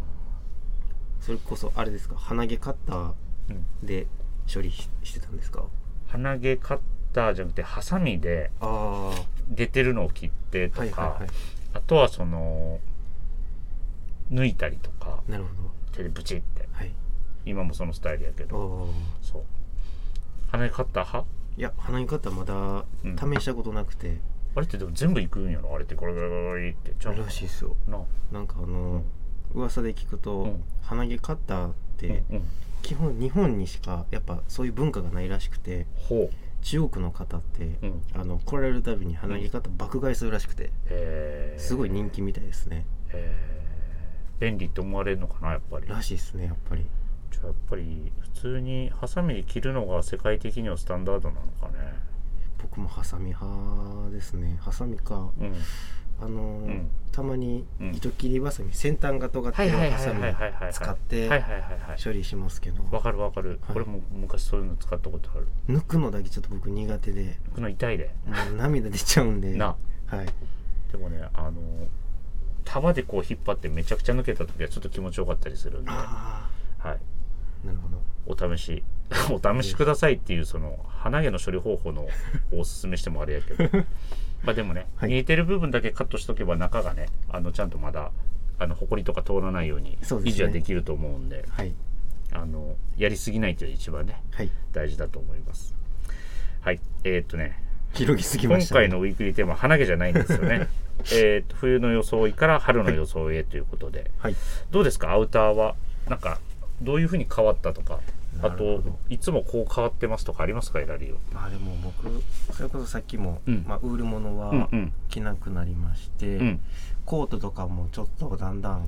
[SPEAKER 2] それこそあれですか鼻毛カッター
[SPEAKER 1] うん
[SPEAKER 2] で処理ししてたんですか
[SPEAKER 1] 鼻毛カッターじゃなくてハサミで
[SPEAKER 2] ああは
[SPEAKER 1] 出てるのを切ってとか、
[SPEAKER 2] いはいは
[SPEAKER 1] あとはその抜いたりとか
[SPEAKER 2] いなるほど
[SPEAKER 1] 手でブチって
[SPEAKER 2] はい
[SPEAKER 1] 今もそのスタイルやけど
[SPEAKER 2] ああ
[SPEAKER 1] そう鼻毛カッター派
[SPEAKER 2] いや鼻毛カッターまだ
[SPEAKER 1] うん
[SPEAKER 2] 試したことなくて、
[SPEAKER 1] あれってでも全部いくんやろあれってゴロゴロゴロゴロってちょっと
[SPEAKER 2] らしいですよ
[SPEAKER 1] な
[SPEAKER 2] なんかあの、噂で聞くと、
[SPEAKER 1] うん
[SPEAKER 2] 鼻毛カッターって
[SPEAKER 1] うんうん
[SPEAKER 2] 基本日本にしかやっぱそういう文化がないらしくて
[SPEAKER 1] ほ
[SPEAKER 2] 中国の方って、
[SPEAKER 1] ううん
[SPEAKER 2] あの来られるたびに鼻毛カッター爆買いするらしくて、
[SPEAKER 1] えー、
[SPEAKER 2] すごい人気みたいですね、
[SPEAKER 1] えー便利って思われるのかなやっぱりじゃ
[SPEAKER 2] らしいですねやっぱり
[SPEAKER 1] あやっぱり普通にハサミで切るのが世界的にはスタンダードなのかね
[SPEAKER 2] 僕もハサミ派ですねハサミか
[SPEAKER 1] うん
[SPEAKER 2] あのー、
[SPEAKER 1] うん
[SPEAKER 2] たまに
[SPEAKER 1] うん
[SPEAKER 2] 糸切りバサミ先端が尖っ
[SPEAKER 1] は
[SPEAKER 2] て
[SPEAKER 1] い
[SPEAKER 2] る
[SPEAKER 1] はいは
[SPEAKER 2] ハ
[SPEAKER 1] い
[SPEAKER 2] サ
[SPEAKER 1] はい
[SPEAKER 2] ミ
[SPEAKER 1] はいはいはい
[SPEAKER 2] 使っ
[SPEAKER 1] はい
[SPEAKER 2] て
[SPEAKER 1] はいはいはい
[SPEAKER 2] 処理しますけど
[SPEAKER 1] わかるわかる、
[SPEAKER 2] はい
[SPEAKER 1] 俺も昔そういうの使ったことある
[SPEAKER 2] 抜くのだけちょっと僕苦手で
[SPEAKER 1] 僕の痛いで
[SPEAKER 2] もう涙出ちゃうんで
[SPEAKER 1] な
[SPEAKER 2] はい
[SPEAKER 1] でもねあの束でこう引っ張ってめちゃくちゃ抜けた時はちょっと気持ちよかったりするんで、は
[SPEAKER 2] あ
[SPEAKER 1] い、
[SPEAKER 2] あなるほど
[SPEAKER 1] お試し お試しくださいっていうその鼻毛の処理方法のおすすめしてもあれやけ どまあでもね、
[SPEAKER 2] はい
[SPEAKER 1] 見えてる部分だけカットしとけば中がねあのちゃんとまだあの埃とか通らないように
[SPEAKER 2] そうで
[SPEAKER 1] 維
[SPEAKER 2] すね
[SPEAKER 1] 持はできると思うんで
[SPEAKER 2] はい
[SPEAKER 1] あのやりすぎないというのが一番ね
[SPEAKER 2] はい
[SPEAKER 1] 大事だと思いますはいえーっとね
[SPEAKER 2] 広げすぎま
[SPEAKER 1] 今
[SPEAKER 2] した、
[SPEAKER 1] 回のウィークリーテーマは鼻毛じゃないんですよねえーっと冬の装いから春の装いへということで、
[SPEAKER 2] はい
[SPEAKER 1] どうですかアウターはなんかどういうふうに変わったとかあ
[SPEAKER 2] なるほ
[SPEAKER 1] と
[SPEAKER 2] ど
[SPEAKER 1] いつもこう変わってますとかありますかエラリオ
[SPEAKER 2] まあでも僕それこそさっきも、
[SPEAKER 1] うん
[SPEAKER 2] まあ、ウールもの
[SPEAKER 1] うん
[SPEAKER 2] は
[SPEAKER 1] うん
[SPEAKER 2] 着なくなりまして、
[SPEAKER 1] うん
[SPEAKER 2] コートとかもちょっとだんだん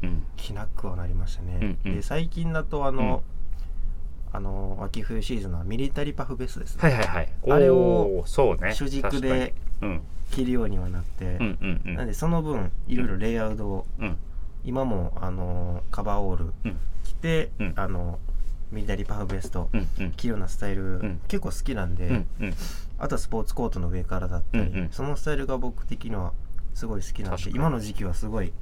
[SPEAKER 1] うん
[SPEAKER 2] 着なくはなりましたね、
[SPEAKER 1] うんうん
[SPEAKER 2] で最近だとあの、あの秋冬シーズンのミリタリーパフベストですね、
[SPEAKER 1] はいはいはい
[SPEAKER 2] あれを
[SPEAKER 1] おーそうね
[SPEAKER 2] 主軸
[SPEAKER 1] 確かに
[SPEAKER 2] で
[SPEAKER 1] うん
[SPEAKER 2] 着るようにはなって、
[SPEAKER 1] うんうんうん
[SPEAKER 2] なんでその分いろいろレイアウトを
[SPEAKER 1] うん
[SPEAKER 2] 今もあのカバーオール
[SPEAKER 1] うん
[SPEAKER 2] 着て、
[SPEAKER 1] うん
[SPEAKER 2] あのミリタリーパフベスト
[SPEAKER 1] うんうん
[SPEAKER 2] 着るようなスタイル、
[SPEAKER 1] ん
[SPEAKER 2] 結構好きなんで、
[SPEAKER 1] うんうん
[SPEAKER 2] あとはスポーツコートの上からだったり、
[SPEAKER 1] うんうん
[SPEAKER 2] そのスタイルが僕的にはすごい好きなん
[SPEAKER 1] 確か
[SPEAKER 2] で
[SPEAKER 1] に
[SPEAKER 2] 今の時期はすごい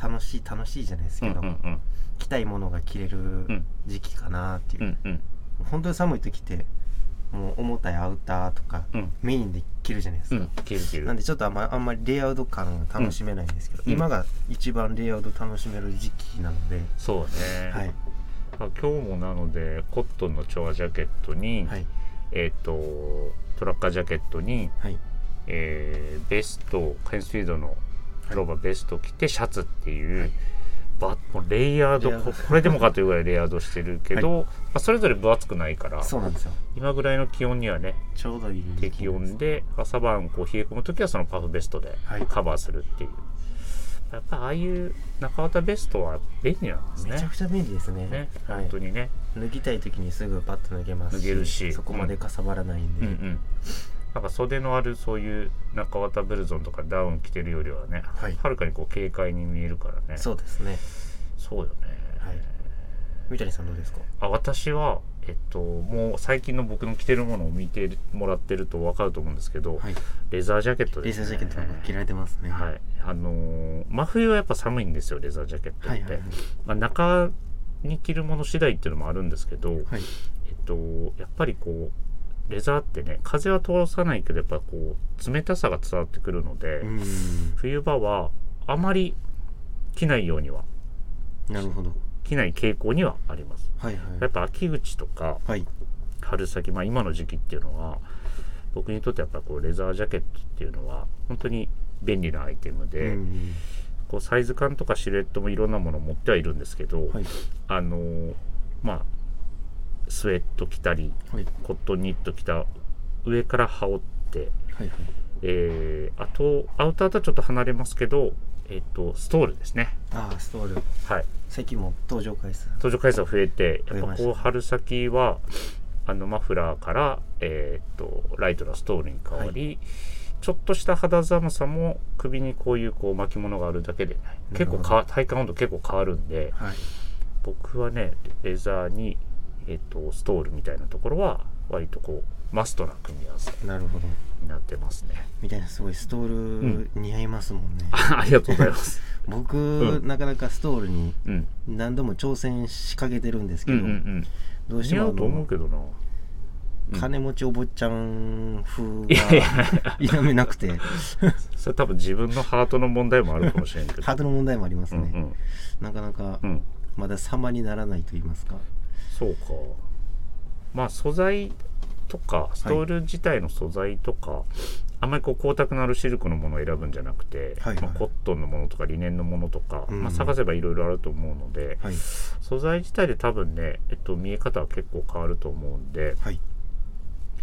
[SPEAKER 2] 楽しい楽しいじゃないです
[SPEAKER 1] う
[SPEAKER 2] け
[SPEAKER 1] ん
[SPEAKER 2] ど、
[SPEAKER 1] うん
[SPEAKER 2] 着たいものが着れる
[SPEAKER 1] ん
[SPEAKER 2] 時期かなっていう、
[SPEAKER 1] うんうん
[SPEAKER 2] 本当に寒い時ってもう重たいアウターとか
[SPEAKER 1] うん
[SPEAKER 2] メインで着るじゃないです
[SPEAKER 1] う
[SPEAKER 2] か、
[SPEAKER 1] ん切る切る
[SPEAKER 2] なんでちょっとあんまあんまりレイアウト感が楽しめないんですけど、
[SPEAKER 1] うん
[SPEAKER 2] 今が一番レイアウト楽しめる時期なので、
[SPEAKER 1] そうね、
[SPEAKER 2] はい
[SPEAKER 1] あ今日もなのでコットンのチョアジャケットに、
[SPEAKER 2] はい
[SPEAKER 1] えっ、とトラッカージャケットに、
[SPEAKER 2] はい
[SPEAKER 1] えーベストカインスフィードのクローバーベスト着てシャツっていう、ばもうレイヤード
[SPEAKER 2] レイヤード
[SPEAKER 1] ここれでもかというぐらいレイヤードしてるけど、まあ、それぞれ分厚くないから
[SPEAKER 2] そうなんですよ
[SPEAKER 1] 今ぐらいの気温にはね
[SPEAKER 2] ちょうどいい時期
[SPEAKER 1] 適温で朝晩こう冷え込む時はそのパフベストで
[SPEAKER 2] はい
[SPEAKER 1] カバーするっていう、やっぱああいう中綿ベストは便利なんですね
[SPEAKER 2] めちゃくちゃ便利ですね
[SPEAKER 1] ね
[SPEAKER 2] は
[SPEAKER 1] 本
[SPEAKER 2] い
[SPEAKER 1] 当にね、
[SPEAKER 2] 脱ぎたい時にすぐパッと脱げます
[SPEAKER 1] 脱げるし
[SPEAKER 2] そこまでかさばらないんで、
[SPEAKER 1] うんうんなんか袖のあるそういう中綿ブルゾンとかダウン着てるよりはね、
[SPEAKER 2] はい
[SPEAKER 1] はるかにこう軽快に見えるからね
[SPEAKER 2] そうですね
[SPEAKER 1] そうよね、
[SPEAKER 2] はい三谷さんどうですか
[SPEAKER 1] あ私はえっともう最近の僕の着てるものを見てもらってると分かると思うんですけど、
[SPEAKER 2] はい
[SPEAKER 1] レザージャケットで
[SPEAKER 2] レー
[SPEAKER 1] す、
[SPEAKER 2] サ
[SPEAKER 1] ね、
[SPEAKER 2] ージャケットが着られてますね
[SPEAKER 1] はいあのー真冬はやっぱ寒いんですよレザージャケットって、
[SPEAKER 2] はいはいはい
[SPEAKER 1] まあ、中に着るもの次第っていうのもあるんですけど、
[SPEAKER 2] はい
[SPEAKER 1] えっと、やっぱりこうレザーってね風は通さないけどやっぱこう冷たさが伝わってくるので、
[SPEAKER 2] うーん
[SPEAKER 1] 冬場はあまり着ないようには
[SPEAKER 2] なるほど
[SPEAKER 1] 着ない傾向にはあります
[SPEAKER 2] はいは
[SPEAKER 1] やっ
[SPEAKER 2] い
[SPEAKER 1] ぱ秋口とか
[SPEAKER 2] はい
[SPEAKER 1] 春先、まあ、今の時期っていうのは僕にとってやっぱこうレザージャケットっていうのは本当に便利なアイテム
[SPEAKER 2] う
[SPEAKER 1] で、
[SPEAKER 2] ん
[SPEAKER 1] こうサイズ感とかシルエットもいろんなもの持ってはいるんですけど、
[SPEAKER 2] はい
[SPEAKER 1] あのーまあスウェット着たり
[SPEAKER 2] はい
[SPEAKER 1] コットンニット着た上から羽織って、
[SPEAKER 2] はいはい
[SPEAKER 1] えーあとアウターとはちょっと離れますけど、えっとストールですね、
[SPEAKER 2] ああストール
[SPEAKER 1] はい、
[SPEAKER 2] 最近も登場回数
[SPEAKER 1] 登場回数が増えてやっ
[SPEAKER 2] 増え
[SPEAKER 1] ぱ
[SPEAKER 2] ました
[SPEAKER 1] こう春先はあのマフラーから、えーっとライトなストールに変わり、ちょっとした肌寒さも首にこういうこう巻物があるだけで、ね、
[SPEAKER 2] なる
[SPEAKER 1] 結
[SPEAKER 2] ほ
[SPEAKER 1] 構
[SPEAKER 2] ど
[SPEAKER 1] か体感温度結構変わるんで
[SPEAKER 2] はい
[SPEAKER 1] 僕はねレザーに、えーっとストールみたいなところは割とこうマストな組み合わせ
[SPEAKER 2] なるほど
[SPEAKER 1] になってますね。
[SPEAKER 2] みたいなすごいストール似合いますもんね、
[SPEAKER 1] ありがとうございます。
[SPEAKER 2] 僕、
[SPEAKER 1] うん
[SPEAKER 2] なかなかストールに
[SPEAKER 1] うん、
[SPEAKER 2] 何度も挑戦しかけてるんです
[SPEAKER 1] う
[SPEAKER 2] け
[SPEAKER 1] んう
[SPEAKER 2] ど、
[SPEAKER 1] んうん
[SPEAKER 2] どうして
[SPEAKER 1] 似合
[SPEAKER 2] もあ
[SPEAKER 1] うと思う
[SPEAKER 2] の
[SPEAKER 1] けどな。うん
[SPEAKER 2] 金持ちお坊ちゃん風
[SPEAKER 1] いやいや
[SPEAKER 2] が否めなくて
[SPEAKER 1] それ多分自分のハートの問題もあるかもしれんけ ど。
[SPEAKER 2] ハートの問題もあります
[SPEAKER 1] う
[SPEAKER 2] ね、
[SPEAKER 1] んうん
[SPEAKER 2] なかなか
[SPEAKER 1] うん、
[SPEAKER 2] まだ様にならないと言いますか
[SPEAKER 1] そうかまあ素材とかストール自体の素材とか、あんまりこう光沢のあるシルクのものを選ぶんじゃなくて、
[SPEAKER 2] はいはい
[SPEAKER 1] まあ、コットンのものとかリネンのものとか、
[SPEAKER 2] うん
[SPEAKER 1] まあ、探せばいろいろあると思うので、
[SPEAKER 2] はい
[SPEAKER 1] 素材自体で多分ね、えっと、見え方は結構変わると思うんで
[SPEAKER 2] はい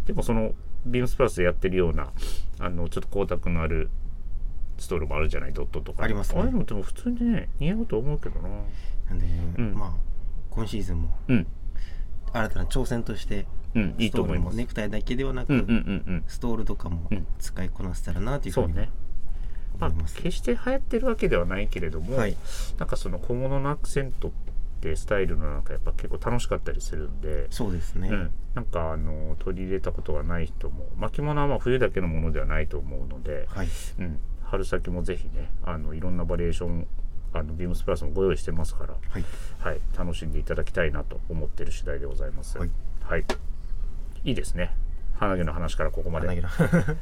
[SPEAKER 1] でもそのビームスプラスでやってるようなあのちょっと光沢のあるストールもあるじゃないドットとか
[SPEAKER 2] ありますね
[SPEAKER 1] ああいうのでも普通にね似合うと思うけどな
[SPEAKER 2] なんで、
[SPEAKER 1] うん
[SPEAKER 2] まあ今シーズンも
[SPEAKER 1] うん
[SPEAKER 2] 新たな挑戦として
[SPEAKER 1] うんいい
[SPEAKER 2] ス
[SPEAKER 1] と
[SPEAKER 2] トー
[SPEAKER 1] 思い
[SPEAKER 2] ル
[SPEAKER 1] ま
[SPEAKER 2] も
[SPEAKER 1] す
[SPEAKER 2] ネクタイだけではなく、
[SPEAKER 1] うんうんうんうん
[SPEAKER 2] ストールとかも
[SPEAKER 1] うん
[SPEAKER 2] 使いこなせたらなというふ
[SPEAKER 1] そうう
[SPEAKER 2] に
[SPEAKER 1] ねま
[SPEAKER 2] 思
[SPEAKER 1] あ
[SPEAKER 2] います、
[SPEAKER 1] 決して流行ってるわけではないけれども、
[SPEAKER 2] はい
[SPEAKER 1] なんかその小物のアクセントってスタイルのなんかやっぱ結構楽しかったりするんで、
[SPEAKER 2] そうですね、
[SPEAKER 1] うん、なんかあの取り入れたことがない人も巻物はまあ冬だけのものではないと思うので、
[SPEAKER 2] はい
[SPEAKER 1] うん、春先もぜひねあのいろんなバリエーションあのビームスプラスもご用意してますから、
[SPEAKER 2] はい
[SPEAKER 1] はい、楽しんでいただきたいなと思ってる次第でございます。
[SPEAKER 2] はい、
[SPEAKER 1] い、いいですね花毛の話からここま
[SPEAKER 2] 花
[SPEAKER 1] で
[SPEAKER 2] 毛のは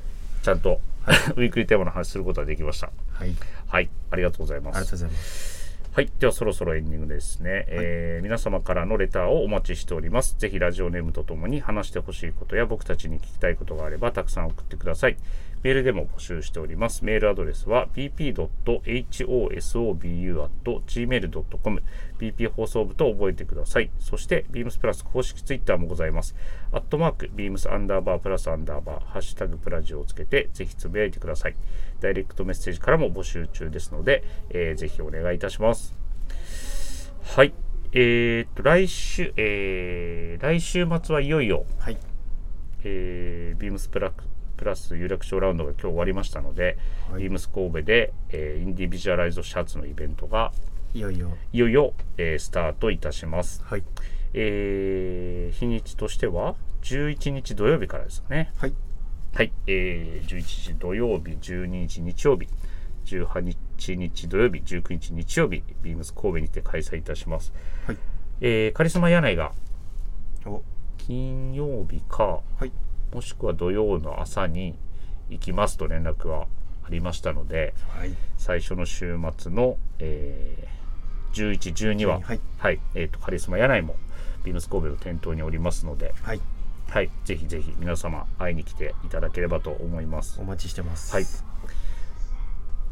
[SPEAKER 1] ちゃんと、 ウィークリーテーマの話することができました。
[SPEAKER 2] いあり
[SPEAKER 1] はい、ありがとうございま
[SPEAKER 2] がとう
[SPEAKER 1] す。
[SPEAKER 2] ございます
[SPEAKER 1] はい、ではそろそろエンディングですね、えー皆様からのレターをお待ちしております。ぜひラジオネームとともに話してほしいことや僕たちに聞きたいことがあればたくさん送ってください。メールでも募集しております。メールアドレスは bp.hosobu.gmail.com bp 放送部と覚えてください。そして、beams プラス公式ツイッターもございます。アットマーク、beams アンダーバープラスアンダーバー、ハッシュタグプラジオをつけて、ぜひつぶやいてください。ダイレクトメッセージからも募集中ですので、えーぜひお願いいたします。はい。えーっと、来週、えー来週末はいよいよ、
[SPEAKER 2] はい
[SPEAKER 1] えービームスプラプラス有楽町ラウンドが今日終わりましたので、
[SPEAKER 2] はい
[SPEAKER 1] ビームス神戸で、えーインディビジュアライズドシャツのイベントが
[SPEAKER 2] いよいよ
[SPEAKER 1] いよいよ、えースタートいたします、
[SPEAKER 2] はい
[SPEAKER 1] えー日にちとしては11日土曜日からですかね
[SPEAKER 2] はい
[SPEAKER 1] はい、えー11日土曜日12日日曜日18日土曜日19日日曜日ビームス神戸にて開催いたします、
[SPEAKER 2] はい
[SPEAKER 1] えーカリスマ柳井が
[SPEAKER 2] お
[SPEAKER 1] 金曜日か
[SPEAKER 2] はい
[SPEAKER 1] もしくは土曜の朝に行きますと連絡はありましたので、
[SPEAKER 2] はい
[SPEAKER 1] 最初の週末の、えー11、12は、
[SPEAKER 2] 12はい
[SPEAKER 1] えーとカリスマ柳井もビームス神戸の店頭におりますので、
[SPEAKER 2] はい
[SPEAKER 1] はい、ぜひぜひ皆様会いに来ていただければと思います
[SPEAKER 2] お。待ちしてます
[SPEAKER 1] はい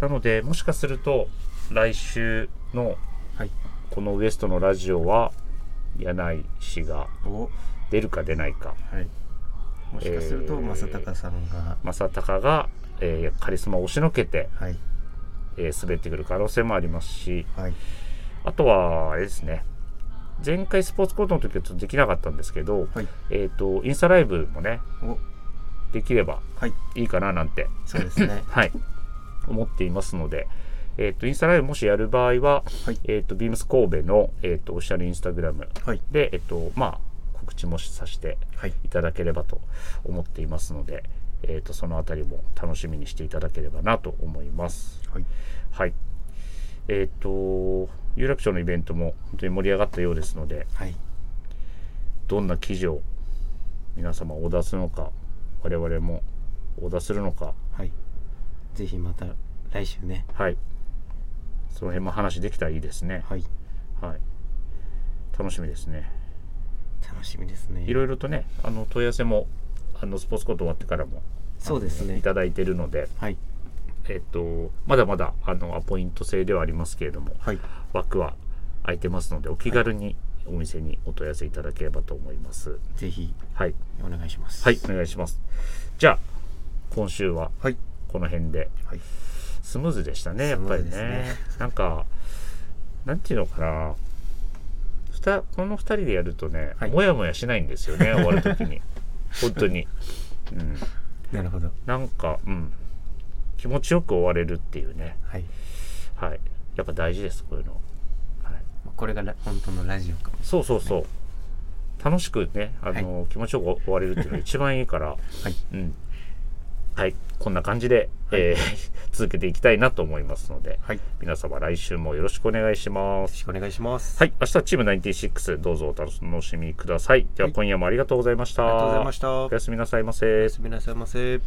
[SPEAKER 1] なので、もしかすると来週の
[SPEAKER 2] はい
[SPEAKER 1] このウエストのラジオは柳井氏が
[SPEAKER 2] お
[SPEAKER 1] 出るか出ないか、
[SPEAKER 2] はいもしかすると
[SPEAKER 1] えー
[SPEAKER 2] 正隆さんが
[SPEAKER 1] 正隆が、えーカリスマを押しのけて、
[SPEAKER 2] はい
[SPEAKER 1] えー滑ってくる可能性もありますし、
[SPEAKER 2] はい
[SPEAKER 1] あとは、あれですね、前回スポーツコートの時はちょっとできなかったんですけど、
[SPEAKER 2] はい
[SPEAKER 1] えっ、と、インスタライブもね、
[SPEAKER 2] お
[SPEAKER 1] できれば
[SPEAKER 2] はい
[SPEAKER 1] いいかななんて、
[SPEAKER 2] そうです ね
[SPEAKER 1] はい、思っていますので、えっ、と、インスタライブもしやる場合は、
[SPEAKER 2] はい
[SPEAKER 1] えっ、と、ビームス神戸の、えっ、と、オフィシャルインスタグラム
[SPEAKER 2] はい
[SPEAKER 1] で、えっ、と、まあ、告知もさせて
[SPEAKER 2] はい
[SPEAKER 1] いただければと思っていますので、えっ、と、そのあたりも楽しみにしていただければなと思います。
[SPEAKER 2] はい
[SPEAKER 1] はい。えっ、と、有楽町のイベントも本当に盛り上がったようですので、
[SPEAKER 2] はい
[SPEAKER 1] どんな記事を皆様オーダーするのか、我々もオーダーするのか、
[SPEAKER 2] はいぜひまた来週ね
[SPEAKER 1] はい。その辺も話できたらいいですね。
[SPEAKER 2] はい
[SPEAKER 1] はい。楽しみですね。
[SPEAKER 2] 楽しみですね
[SPEAKER 1] いろいろとね、あの問い合わせもあのスポーツコート終わってからも
[SPEAKER 2] そうです
[SPEAKER 1] い
[SPEAKER 2] ね
[SPEAKER 1] ただいてるので、
[SPEAKER 2] はい
[SPEAKER 1] えっと、まだまだあのアポイント制ではありますけれども、
[SPEAKER 2] はい
[SPEAKER 1] 枠は空いてますのでお気軽にお店にお問い合わせいただければと思います。
[SPEAKER 2] ぜひ
[SPEAKER 1] はい、
[SPEAKER 2] お願いします
[SPEAKER 1] はい、お願いします。じゃあ今週は
[SPEAKER 2] はい
[SPEAKER 1] この辺で
[SPEAKER 2] はい
[SPEAKER 1] スムーズでしたねやっぱりね
[SPEAKER 2] スムーズですね
[SPEAKER 1] なんかなんていうのかなふたこの2人でやるとね、
[SPEAKER 2] はい
[SPEAKER 1] もやもやしないんですよ ね終わる時に本当に、うん、
[SPEAKER 2] なるほど
[SPEAKER 1] なんかうん気持ちよく終われるっていうね
[SPEAKER 2] はい
[SPEAKER 1] はいやっぱ大事ですこういうの、はい、
[SPEAKER 2] まあこれがラ本当のラジオかも
[SPEAKER 1] そうそうそう楽しくねあの、気持ちよく終われるっていうのが一番いい から
[SPEAKER 2] はい
[SPEAKER 1] うんはいこんな感じで、えー 続けていきたいなと思いますので
[SPEAKER 2] はいよ
[SPEAKER 1] 皆様来週もよろしくお願いしま
[SPEAKER 2] ろ
[SPEAKER 1] す。
[SPEAKER 2] しくお願いします
[SPEAKER 1] はい、明日はチーム96どうぞお楽しみください。では今夜もありがとうございました。
[SPEAKER 2] ありがとうございました
[SPEAKER 1] おやすみなさいませ。
[SPEAKER 2] おやすみなさいませ